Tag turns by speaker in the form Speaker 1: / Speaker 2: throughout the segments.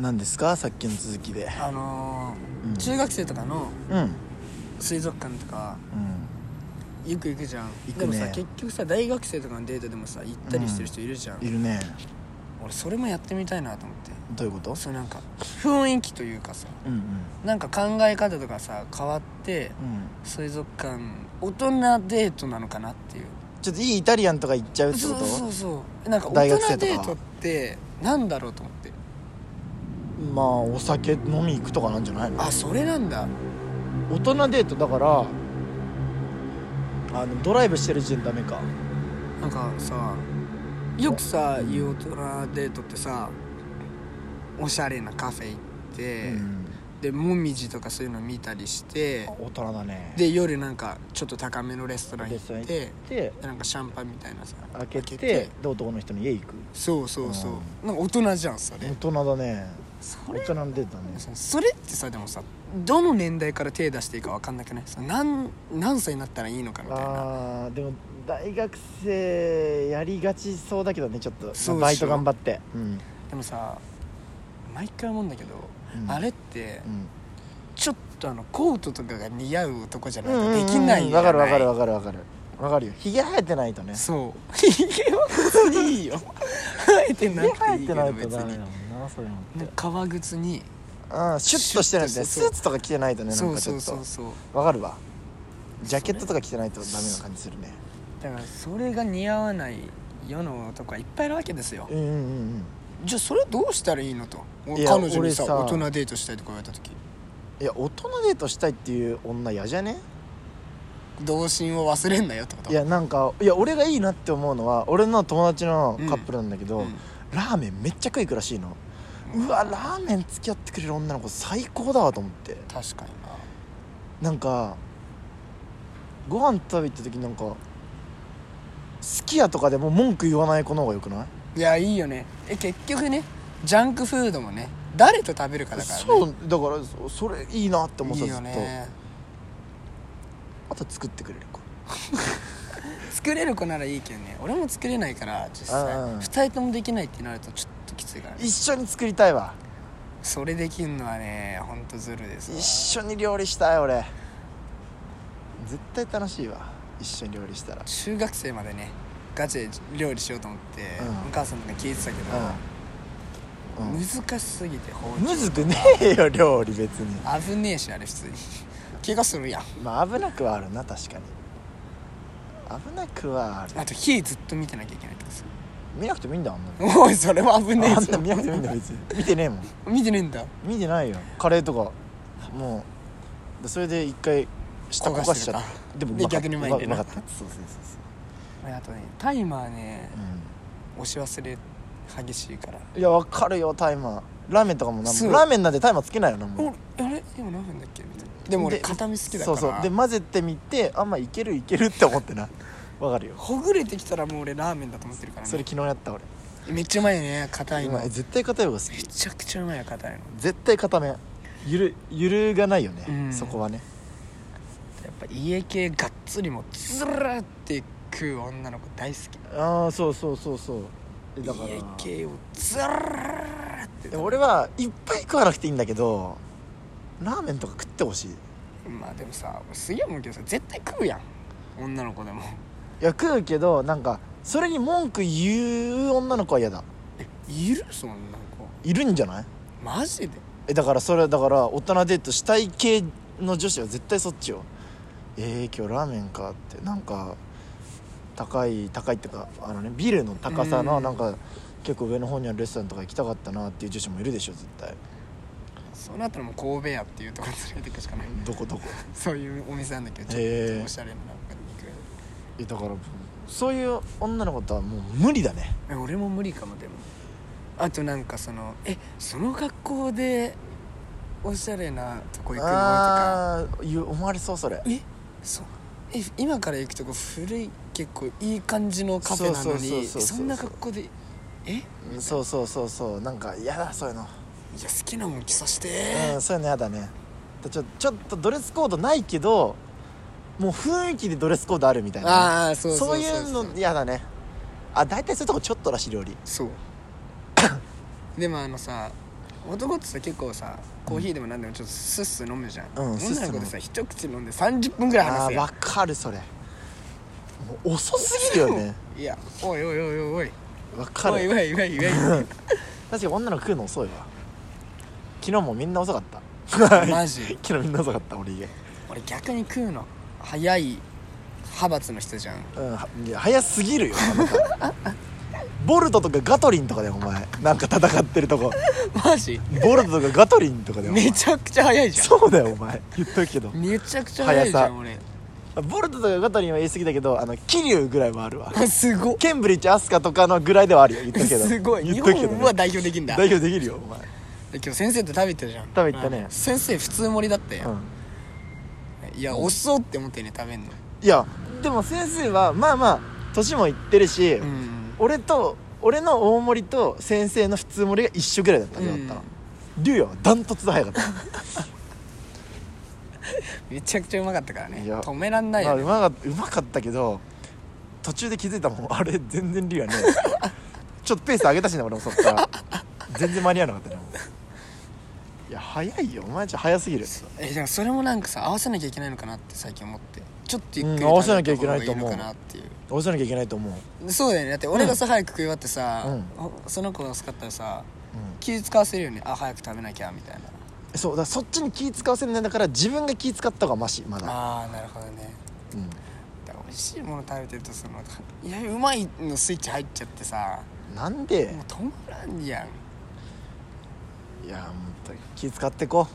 Speaker 1: 何ですかさっきの続きで
Speaker 2: あ
Speaker 1: う
Speaker 2: のー
Speaker 1: ん
Speaker 2: 中学生とかの
Speaker 1: うんうん
Speaker 2: 水族館とかよく行くじゃん
Speaker 1: 行く
Speaker 2: で
Speaker 1: ね
Speaker 2: もさ結局さ大学生とかのデートでもさ行ったりしてる人いるじゃん、
Speaker 1: いるね
Speaker 2: 俺それもやってみたいなと思って
Speaker 1: どういうこと
Speaker 2: そうなんか雰囲気というかさ
Speaker 1: うんうん
Speaker 2: なんか考え方とかさ変わって
Speaker 1: うん
Speaker 2: 水族館大人デートなのかなっていう
Speaker 1: ちょっといいイタリアンとか行っちゃうってこ
Speaker 2: そ
Speaker 1: と
Speaker 2: うそうそうなんか
Speaker 1: 大
Speaker 2: 大
Speaker 1: 学
Speaker 2: 人
Speaker 1: 生とか
Speaker 2: デートってなんだろうと思って
Speaker 1: まあお酒飲み行くとかなんじゃないの
Speaker 2: あそれなんだ
Speaker 1: 大人デートだからあのドライブしてる時点ダメか
Speaker 2: なんかさよくさ言う大人デートってさおしゃれなカフェ行って、
Speaker 1: うん
Speaker 2: でもみじとかそういうの見たりして
Speaker 1: 大人だね
Speaker 2: で夜なんかちょっと高めのレストラン行
Speaker 1: レ
Speaker 2: っ
Speaker 1: ストラン
Speaker 2: て
Speaker 1: 行っ
Speaker 2: で
Speaker 1: で
Speaker 2: なんかシャンパンみたいなさ
Speaker 1: 開けて
Speaker 2: て
Speaker 1: で男の人の家行く
Speaker 2: そうそうそう、なんか大人じゃんそれ
Speaker 1: 大人だね
Speaker 2: そ
Speaker 1: 大人のデートだね
Speaker 2: それってさでもさどの年代から手出していいか分かんなくないさ何何歳になったらいいのかみたいな
Speaker 1: あーでも大学生やりがちそうだけどねちょっと
Speaker 2: そうでしょ
Speaker 1: バイト頑張って、うん
Speaker 2: でもさ毎回思うんだけど、
Speaker 1: うん
Speaker 2: あれって
Speaker 1: うん
Speaker 2: ちょっとあのコートとかが似合う男じゃない
Speaker 1: うんうん
Speaker 2: と
Speaker 1: うん
Speaker 2: できないじゃ
Speaker 1: わ
Speaker 2: な
Speaker 1: か
Speaker 2: い
Speaker 1: るわかるわかるわかるわかるよひげ生えてないとね
Speaker 2: そうひげは別にいいよ生えて
Speaker 1: ひ
Speaker 2: な
Speaker 1: げ
Speaker 2: く
Speaker 1: 生
Speaker 2: て
Speaker 1: え
Speaker 2: いい
Speaker 1: て
Speaker 2: け
Speaker 1: ない
Speaker 2: ど
Speaker 1: と
Speaker 2: 別
Speaker 1: ダメ
Speaker 2: に
Speaker 1: だもんなそういうのって
Speaker 2: なんか革靴に
Speaker 1: うんシュッとしてないとねス
Speaker 2: シュッ
Speaker 1: ー
Speaker 2: としてそう
Speaker 1: ツとか着てないとねな
Speaker 2: そ
Speaker 1: ん
Speaker 2: う
Speaker 1: かち
Speaker 2: そ
Speaker 1: ょ
Speaker 2: う
Speaker 1: っ
Speaker 2: そう
Speaker 1: と
Speaker 2: そう
Speaker 1: わかるわジャケットとか着てないとダメな感じするね
Speaker 2: だからそれが似合わない世の男はいっぱいいるわけですよ
Speaker 1: うんうんうん
Speaker 2: じゃあそれどうしたらいいのと
Speaker 1: いや
Speaker 2: 彼女にさ
Speaker 1: 俺さ
Speaker 2: 大人デートしたいとか言われた時
Speaker 1: いや大人デートしたいっていう女嫌じゃね
Speaker 2: 童心を忘れんなよってこと
Speaker 1: いやなんかいや俺がいいなって思うのは俺の友達のカップルなんだけど、
Speaker 2: うん
Speaker 1: ラーメンめっちゃ食いくらしいのうわラーメン付き合ってくれる女の子最高だわと思って
Speaker 2: 確かに
Speaker 1: な
Speaker 2: な
Speaker 1: んかご飯食べ行った時なんかすき家とかでも文句言わない子の方がよくない
Speaker 2: いやいいよねえ結局ねジャンクフードもね誰と食べるかだからね
Speaker 1: そうだからそそれいいなって思って
Speaker 2: い
Speaker 1: た
Speaker 2: い
Speaker 1: ずっ
Speaker 2: よ
Speaker 1: と、
Speaker 2: ね
Speaker 1: あと作ってくれる子
Speaker 2: 作れる子ならいいけどね俺も作れないから実際
Speaker 1: うんうん
Speaker 2: 2人ともできないってなるとちょっときついからね
Speaker 1: 一緒に作りたいわ
Speaker 2: それできんのはねほんとずるですわ
Speaker 1: 一緒に料理したい俺絶対楽しいわ一緒に料理したら
Speaker 2: 中学生までねガチで料理しようと思って、
Speaker 1: うん
Speaker 2: お母さんとか聞いてたけど、
Speaker 1: うんうん
Speaker 2: 難しすぎて包丁
Speaker 1: むずくねえよ料理別に
Speaker 2: 危ねえしあれ普通に怪我するやん
Speaker 1: まあ危なくはあるな確かに危なくはある
Speaker 2: あと火ずっと見てなきゃいけないからさ
Speaker 1: 見なくてもいいんだあんなの
Speaker 2: おいそれは危
Speaker 1: あ
Speaker 2: ねえ
Speaker 1: んな
Speaker 2: ぞ
Speaker 1: 見なくてもいいんだ別に見てねえもん
Speaker 2: 見てねえんだ
Speaker 1: 見てないよカレーとかもうでそれで一回下焦
Speaker 2: 焦
Speaker 1: が
Speaker 2: が
Speaker 1: し
Speaker 2: し
Speaker 1: ち
Speaker 2: て
Speaker 1: ゃ
Speaker 2: た
Speaker 1: ったでも
Speaker 2: で
Speaker 1: まかっ
Speaker 2: 逆にうまいんだよ
Speaker 1: うま
Speaker 2: な
Speaker 1: かったそうそうそう
Speaker 2: あとねタイマーね
Speaker 1: そう、
Speaker 2: 押し忘れ激しいから
Speaker 1: うん、いやわかるよタイマーラーメンとかもなん
Speaker 2: そう
Speaker 1: もラーメンなんてタイマーつけないよなん
Speaker 2: 俺
Speaker 1: も
Speaker 2: あれ今何分だっけみたいなでも俺片身好きだか
Speaker 1: そう
Speaker 2: ら
Speaker 1: そうで混ぜてみてあんまあいけるいけるって思ってなわかるよ
Speaker 2: ほぐれてきたらもう俺ラーメンだと思ってるからね
Speaker 1: それ昨日やった俺
Speaker 2: めっちゃうまいね硬いの
Speaker 1: 今
Speaker 2: め
Speaker 1: 絶対硬い方が好き
Speaker 2: ちゃくちゃうまいよ硬いの
Speaker 1: 絶対固めゆるゆるがないよね、
Speaker 2: うん
Speaker 1: そこはね
Speaker 2: やっぱ家系がっつりもうつらって食う女の子大好き
Speaker 1: ああそうそうそうそうえだから
Speaker 2: 家系をつらって
Speaker 1: え俺はいっぱい食わなくていいんだけどラーメンとか食ってほしいい
Speaker 2: まあでもさ俺すげえ思うけどさ絶対食うやん女の子でも
Speaker 1: や食うけどなんかそれに文句言う女の子は嫌だ
Speaker 2: いるそんな子
Speaker 1: いるんじゃない
Speaker 2: マジで
Speaker 1: えだからそれだから大人デートしたい系の女子は絶対そっちよえー、今日ラーメンかってなんか高い高いってかあのねビルの高さの
Speaker 2: うん
Speaker 1: なんか結構上の方にあるレストランとか行きたかったなっていう女子もいるでしょ絶対
Speaker 2: そうなったらもう神戸屋っていうとこに連れていくしかない
Speaker 1: どこ どこ
Speaker 2: そういうお店なんだけどちょ
Speaker 1: へ
Speaker 2: っ
Speaker 1: え
Speaker 2: とおしゃれななんか肉
Speaker 1: えだからそういう女の子とはもう無理だね
Speaker 2: え俺も無理かもでもあとなんかそのえその学校でおしゃれなとこ行くのとか
Speaker 1: ああーいう思われそうそれ
Speaker 2: えそうえ今から行くとこ古い結構いい感じのカフェなの
Speaker 1: そうそう
Speaker 2: に
Speaker 1: そうそうそう
Speaker 2: そんな格好でえい
Speaker 1: そうそうそうそうなんか嫌だそういうの、
Speaker 2: や好きなもん着さして
Speaker 1: うんそういうの嫌だねだちょちょっとドレスコードないけどもう雰囲気でドレスコードあるみたいなね、
Speaker 2: ああそうそう
Speaker 1: そういうの嫌だね あ大体そういうとこちょっとらしい料理
Speaker 2: そうでもあのさ男ってさ結構さコーヒーでも何でもちょっとスッス飲むじゃん、
Speaker 1: うんスッス
Speaker 2: 女
Speaker 1: 飲
Speaker 2: の
Speaker 1: む
Speaker 2: 子でさ一口飲んで30分ぐらい話
Speaker 1: あ
Speaker 2: す
Speaker 1: ー
Speaker 2: やん
Speaker 1: わかるそれもう遅すぎるよ ね
Speaker 2: いやおいおいおいおいおい
Speaker 1: わか
Speaker 2: おい
Speaker 1: る
Speaker 2: おいおいおい
Speaker 1: 確 かに女の子食うの遅いわ昨日もみんな遅かった
Speaker 2: マジ
Speaker 1: 昨日みんな遅かった俺家
Speaker 2: 俺逆に食うの早い派閥の人じゃん
Speaker 1: うんはいや早すぎるよあなたボルトとかガトリンとかだよお前なんか戦ってるとこ
Speaker 2: マジ
Speaker 1: ボルトとかガトリンとかだよお前
Speaker 2: めちゃくちゃ早いじゃ
Speaker 1: そうだよお前言っとくけど
Speaker 2: んめちゃくちゃ早いじゃ
Speaker 1: 速
Speaker 2: ん俺
Speaker 1: ボルトとかガトリンは言い過ぎだけどあの桐生ぐらいはあるわ
Speaker 2: すごっ
Speaker 1: ケンブリッジアスカとかのぐらいではあるよ言っとくけど
Speaker 2: すごい
Speaker 1: 言
Speaker 2: 日
Speaker 1: っとくけど
Speaker 2: 本
Speaker 1: ね
Speaker 2: は代表できんだ
Speaker 1: 代表できるよお前
Speaker 2: 今日先生と食べてたじゃん
Speaker 1: 食べ行ったね
Speaker 2: うん先生普通盛りだった
Speaker 1: う
Speaker 2: よ、
Speaker 1: ん
Speaker 2: いや遅っって思ってね食べんの
Speaker 1: いやでも先生はまあまあ年もいってるし、
Speaker 2: うん
Speaker 1: 俺と俺の大盛りと先生の普通盛りが一緒ぐらいだったんだったら龍也はダントツで早かった
Speaker 2: めちゃくちゃうまかったからね
Speaker 1: いや
Speaker 2: 止めらんない
Speaker 1: まあ、
Speaker 2: よ、
Speaker 1: う
Speaker 2: ね
Speaker 1: まかったうまかったけど途中で気づいたもん あれ全然リアね ちょっとペース上げたしね俺もそっから全然間に合わなかったねもういや早いよお前ちゃ早すぎる
Speaker 2: えでもそれもなんかさ合わせなきゃいけないのかなって最近思ってちょっとゆっくり
Speaker 1: うん合わせなきゃいけないと
Speaker 2: 食
Speaker 1: 思
Speaker 2: べ
Speaker 1: う
Speaker 2: た方がのかなっていう
Speaker 1: 押さなきゃいけないと思う、
Speaker 2: そうだよねだって俺がさ、早く食い終わってさ、
Speaker 1: うん
Speaker 2: ほその子が遅かったらさ
Speaker 1: う、
Speaker 2: 気使わせるよねあ早く食べなきゃみたいなん
Speaker 1: そうだからそっちに気使わせるんだから自分が気使った方がマシまだ、
Speaker 2: ああなるほどね
Speaker 1: うん、
Speaker 2: だから美味しいもの食べてるとそのいやうまいのスイッチ入っちゃってさ
Speaker 1: なんで
Speaker 2: もう止まらんやん
Speaker 1: いや本当に気使ってこ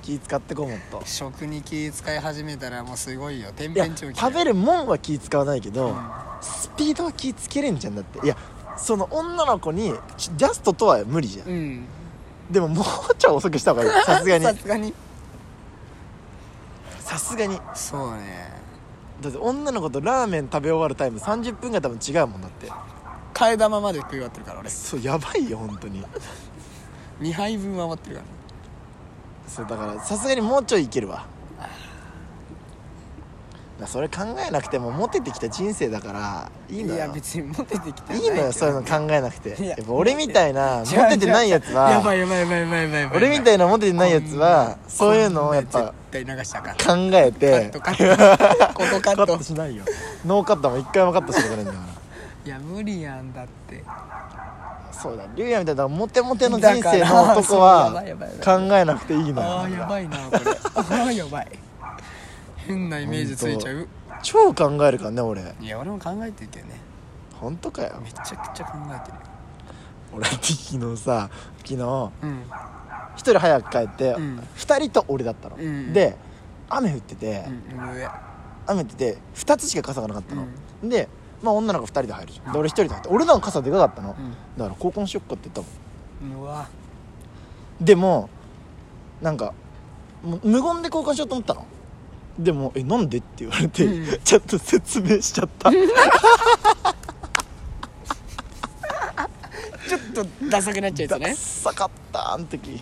Speaker 1: 気使ってこもっと
Speaker 2: 食に気使い始めたらもうすごいよ天
Speaker 1: いや
Speaker 2: 変地異
Speaker 1: 食べ
Speaker 2: る
Speaker 1: るもんは気使わないけど、
Speaker 2: うん
Speaker 1: スピードは気つけれんじゃんだっていやその女の子にジャストとは無理じゃん
Speaker 2: うん
Speaker 1: でももうちょい遅くした方がい いさすがに
Speaker 2: さすがに
Speaker 1: さすがに
Speaker 2: そうね
Speaker 1: だって女の子とラーメン食べ終わるタイム30分が多分違うもんだって
Speaker 2: 替え玉まで食い終わってるから俺
Speaker 1: そうやばいよ本当に
Speaker 2: 2杯分余ってるか
Speaker 1: そうだからさすがにもうちょいいけるわだからそれ考えなくてもモテてきた人生だからいい
Speaker 2: ら
Speaker 1: の
Speaker 2: いや
Speaker 1: よ
Speaker 2: 別にモテてきて
Speaker 1: い
Speaker 2: ない
Speaker 1: のよ
Speaker 2: け
Speaker 1: そう
Speaker 2: ど
Speaker 1: いうの考えなくて
Speaker 2: い
Speaker 1: や
Speaker 2: や
Speaker 1: っぱ俺みたいなモテてないやつ
Speaker 2: やば
Speaker 1: はい
Speaker 2: やばいやばいやばいやばいやばい
Speaker 1: 俺みたいなモテてないやつはそういうのをやっぱ
Speaker 2: 絶対流したらあかん
Speaker 1: 考え
Speaker 2: カ
Speaker 1: て
Speaker 2: ットカ ットここカ
Speaker 1: カ
Speaker 2: ッ
Speaker 1: ッ
Speaker 2: ト
Speaker 1: トしないよノーカットも一回もカットしてくれんだから
Speaker 2: いや無理やんだって
Speaker 1: そうだ竜也みたいなモテモテの人
Speaker 2: だから
Speaker 1: 生の男は
Speaker 2: そうや ばいやばいや
Speaker 1: 考えなくていいの
Speaker 2: ああやば
Speaker 1: よ
Speaker 2: いなこれああやばい変なイメージついちゃう
Speaker 1: 超考えるからね俺
Speaker 2: いや俺も考えてるけどね
Speaker 1: 本当かよ
Speaker 2: めちゃくちゃ考えてるよ
Speaker 1: 俺って昨日さ昨日
Speaker 2: うん
Speaker 1: 一人早く帰って
Speaker 2: うん
Speaker 1: 二人と俺だったの
Speaker 2: うん
Speaker 1: で雨降ってて
Speaker 2: うん上
Speaker 1: 雨降ってて2つしか傘がなかったのでまあ女の子2人で入るじゃんで俺1人で入って俺の方が傘でかかったのだから交換しよっかって言ったも
Speaker 2: うんうわ
Speaker 1: んでもなんかもう無言で交換しようと思ったのでも「えなんで?」って言われて、
Speaker 2: うん
Speaker 1: ちょっと説明しちゃった
Speaker 2: ちょっとダサくなっちゃうやつ
Speaker 1: ダッ
Speaker 2: ね
Speaker 1: サかったあの時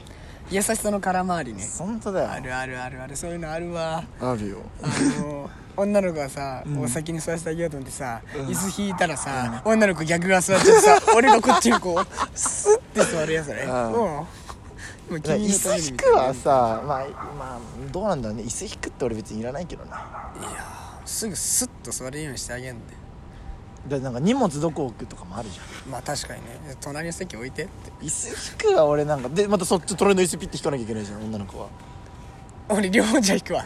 Speaker 2: 優しさの空回りね
Speaker 1: 本当だよ
Speaker 2: あるあるあるあるそういうのあるわ
Speaker 1: あるよ
Speaker 2: あの女の子がさ、お先に座らせてあげようと思ってさ、椅子引いたらさ、女の子逆が座っちゃって さ俺がこっちにこうスッて座るやつね
Speaker 1: う
Speaker 2: うんん今
Speaker 1: 椅
Speaker 2: 君のた
Speaker 1: 子
Speaker 2: めに
Speaker 1: 引
Speaker 2: み
Speaker 1: く
Speaker 2: たいな
Speaker 1: はさまあまあどうなんだろうね椅子引くって俺別にいらないけどな
Speaker 2: すぐスッと座れるようにしてあげんで
Speaker 1: だってなんか荷物どこ置くとかもあるじゃん
Speaker 2: まあ確かにね隣の席置いてって
Speaker 1: 椅子引くは俺なんかでまたそっち隣の椅子ピッて引かなきゃいけないじゃん女の子は
Speaker 2: 俺両方じゃ引くわ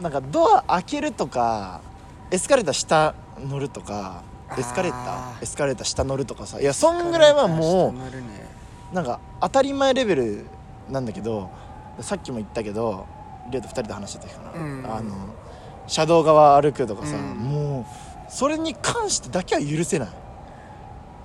Speaker 1: なんかドア開けるとかエスカレーター下乗るとかエスカレータ
Speaker 2: あ
Speaker 1: ー
Speaker 2: ー
Speaker 1: エスカレーター下乗るとかさいやそんぐらいはも
Speaker 2: 下乗るね
Speaker 1: うなんか当たり前レベルなんだけどさっきも言ったけどリオと2人で話してた時かな、
Speaker 2: うん
Speaker 1: あの車道側歩くとかさ、
Speaker 2: うん
Speaker 1: もうそれに関してだけは許せない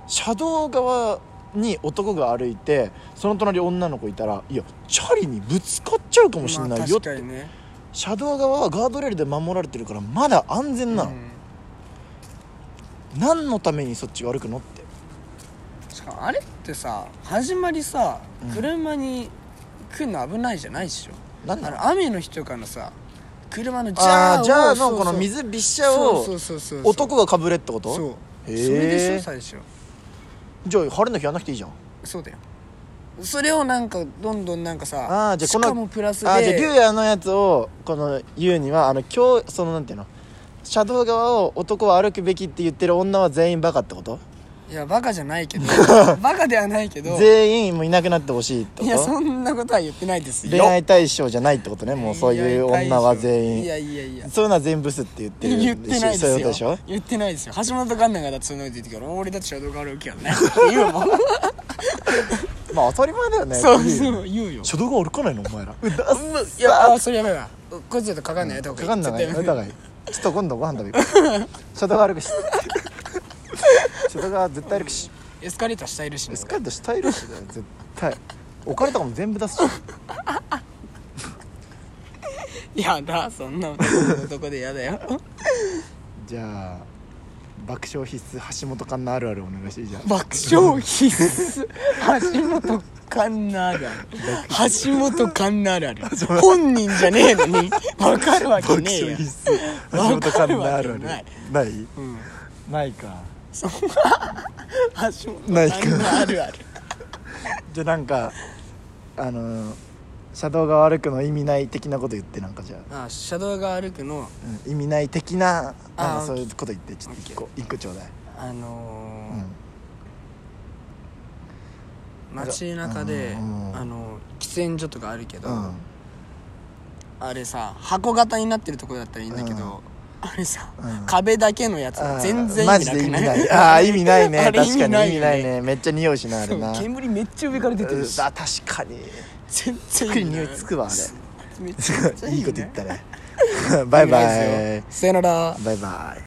Speaker 1: 車道側に男が歩いてその隣女の子いたらいやチャリにぶつかっちゃうかもしれないよって
Speaker 2: まあ、確かにね
Speaker 1: 車道側はガードレールで守られてるからまだ安全なの、
Speaker 2: うん
Speaker 1: 何のためにそっちが歩くのって
Speaker 2: しかもあれってさ始まりさ
Speaker 1: うん
Speaker 2: 車に来るの危ないじゃないっしょ、
Speaker 1: なんだ
Speaker 2: あの雨の日とかのさ車のジャー
Speaker 1: あ
Speaker 2: を
Speaker 1: あじゃあ
Speaker 2: そう
Speaker 1: の
Speaker 2: そう
Speaker 1: この水びっしゃを
Speaker 2: そうそうそうそう
Speaker 1: 男がかぶれってこと
Speaker 2: そうそ
Speaker 1: へ
Speaker 2: れ
Speaker 1: え
Speaker 2: でしょ最初
Speaker 1: じゃあ晴れの日やんなくていいじゃん
Speaker 2: そうだよそれをなんかどんどんなんかさ
Speaker 1: あーじゃあこ
Speaker 2: し
Speaker 1: の
Speaker 2: かもプラスで
Speaker 1: あじゃあ竜也のやつをこの優にはあの今日そのなんていうの車道側を男は歩くべきって言ってる女は全員バカってこと
Speaker 2: いやバカじゃな いけどバカではないけど
Speaker 1: 全員もういなくなってほしいって
Speaker 2: い
Speaker 1: こ
Speaker 2: やそ
Speaker 1: と
Speaker 2: んなことは言ってないですよ
Speaker 1: 恋愛対象じゃないってことねもうそういう女は全
Speaker 2: い
Speaker 1: 員
Speaker 2: やいやいや
Speaker 1: そういうのは全部ブスって言ってる
Speaker 2: 言ってないで
Speaker 1: そういう
Speaker 2: す
Speaker 1: ことでしょ
Speaker 2: よ言ってないですよ橋本環奈がだってその言ってたから俺だってシャドウがあるわ けやんね言うもん
Speaker 1: まあ当たり前だよね
Speaker 2: そうそう言うよ
Speaker 1: 初動が歩かないのお前ら
Speaker 2: いやあそれやばいわこいつだとかかんないやった方が
Speaker 1: かかんない
Speaker 2: 絶対
Speaker 1: お互いちょっと今度ご飯食べ行 こう外側歩くし外側絶対歩くし
Speaker 2: エスカレーター下いるしね
Speaker 1: エスカレート下いるしだよ絶対お金とかも全部出すし
Speaker 2: やだそんな男でや だよ
Speaker 1: じゃあ爆笑必須橋本環奈あるあるお願いしてじゃあ
Speaker 2: 爆笑必須橋本環奈あるある橋本環奈あるあ る本人じゃねえのに分かるわけ
Speaker 1: 爆
Speaker 2: ねえ
Speaker 1: 笑
Speaker 2: や
Speaker 1: 必須橋本環奈あるある
Speaker 2: わかるわ
Speaker 1: ない
Speaker 2: うん
Speaker 1: ないか
Speaker 2: そんな橋本
Speaker 1: ない
Speaker 2: 環
Speaker 1: か
Speaker 2: 奈あるある
Speaker 1: じゃあなんかあのー車道が歩くの意味ない的なこと言ってなんかじゃあ
Speaker 2: あ車道が歩くの
Speaker 1: うん意味ない的ななん
Speaker 2: あ
Speaker 1: か
Speaker 2: ー
Speaker 1: そういうこと言ってちょっと一個一個ちょうだい
Speaker 2: あの
Speaker 1: うん
Speaker 2: ー街中で、
Speaker 1: うん
Speaker 2: あのー喫煙所とかあるけど、
Speaker 1: うん
Speaker 2: あれさ箱型になってるところだったらいいんだけど、
Speaker 1: うん
Speaker 2: あれさ、
Speaker 1: うん
Speaker 2: 壁だけのやつ
Speaker 1: あー
Speaker 2: 全然
Speaker 1: マ
Speaker 2: 意
Speaker 1: ジ
Speaker 2: 味
Speaker 1: で意味
Speaker 2: なく
Speaker 1: な
Speaker 2: ない
Speaker 1: いああ 意味ないね
Speaker 2: あ
Speaker 1: 確か
Speaker 2: れ
Speaker 1: に
Speaker 2: 意味ないよね
Speaker 1: 意味ないねめっちゃ匂いしなあ
Speaker 2: そ
Speaker 1: れ
Speaker 2: う
Speaker 1: な
Speaker 2: 煙めっちゃ上から出てるし
Speaker 1: あ確かに
Speaker 2: 全然
Speaker 1: 服に匂いつくわあれ
Speaker 2: めっちゃめっちゃいい,、
Speaker 1: い
Speaker 2: ね、
Speaker 1: いこと言ったね バイバ
Speaker 2: お願い
Speaker 1: イ
Speaker 2: ですよさよなら
Speaker 1: バイバイ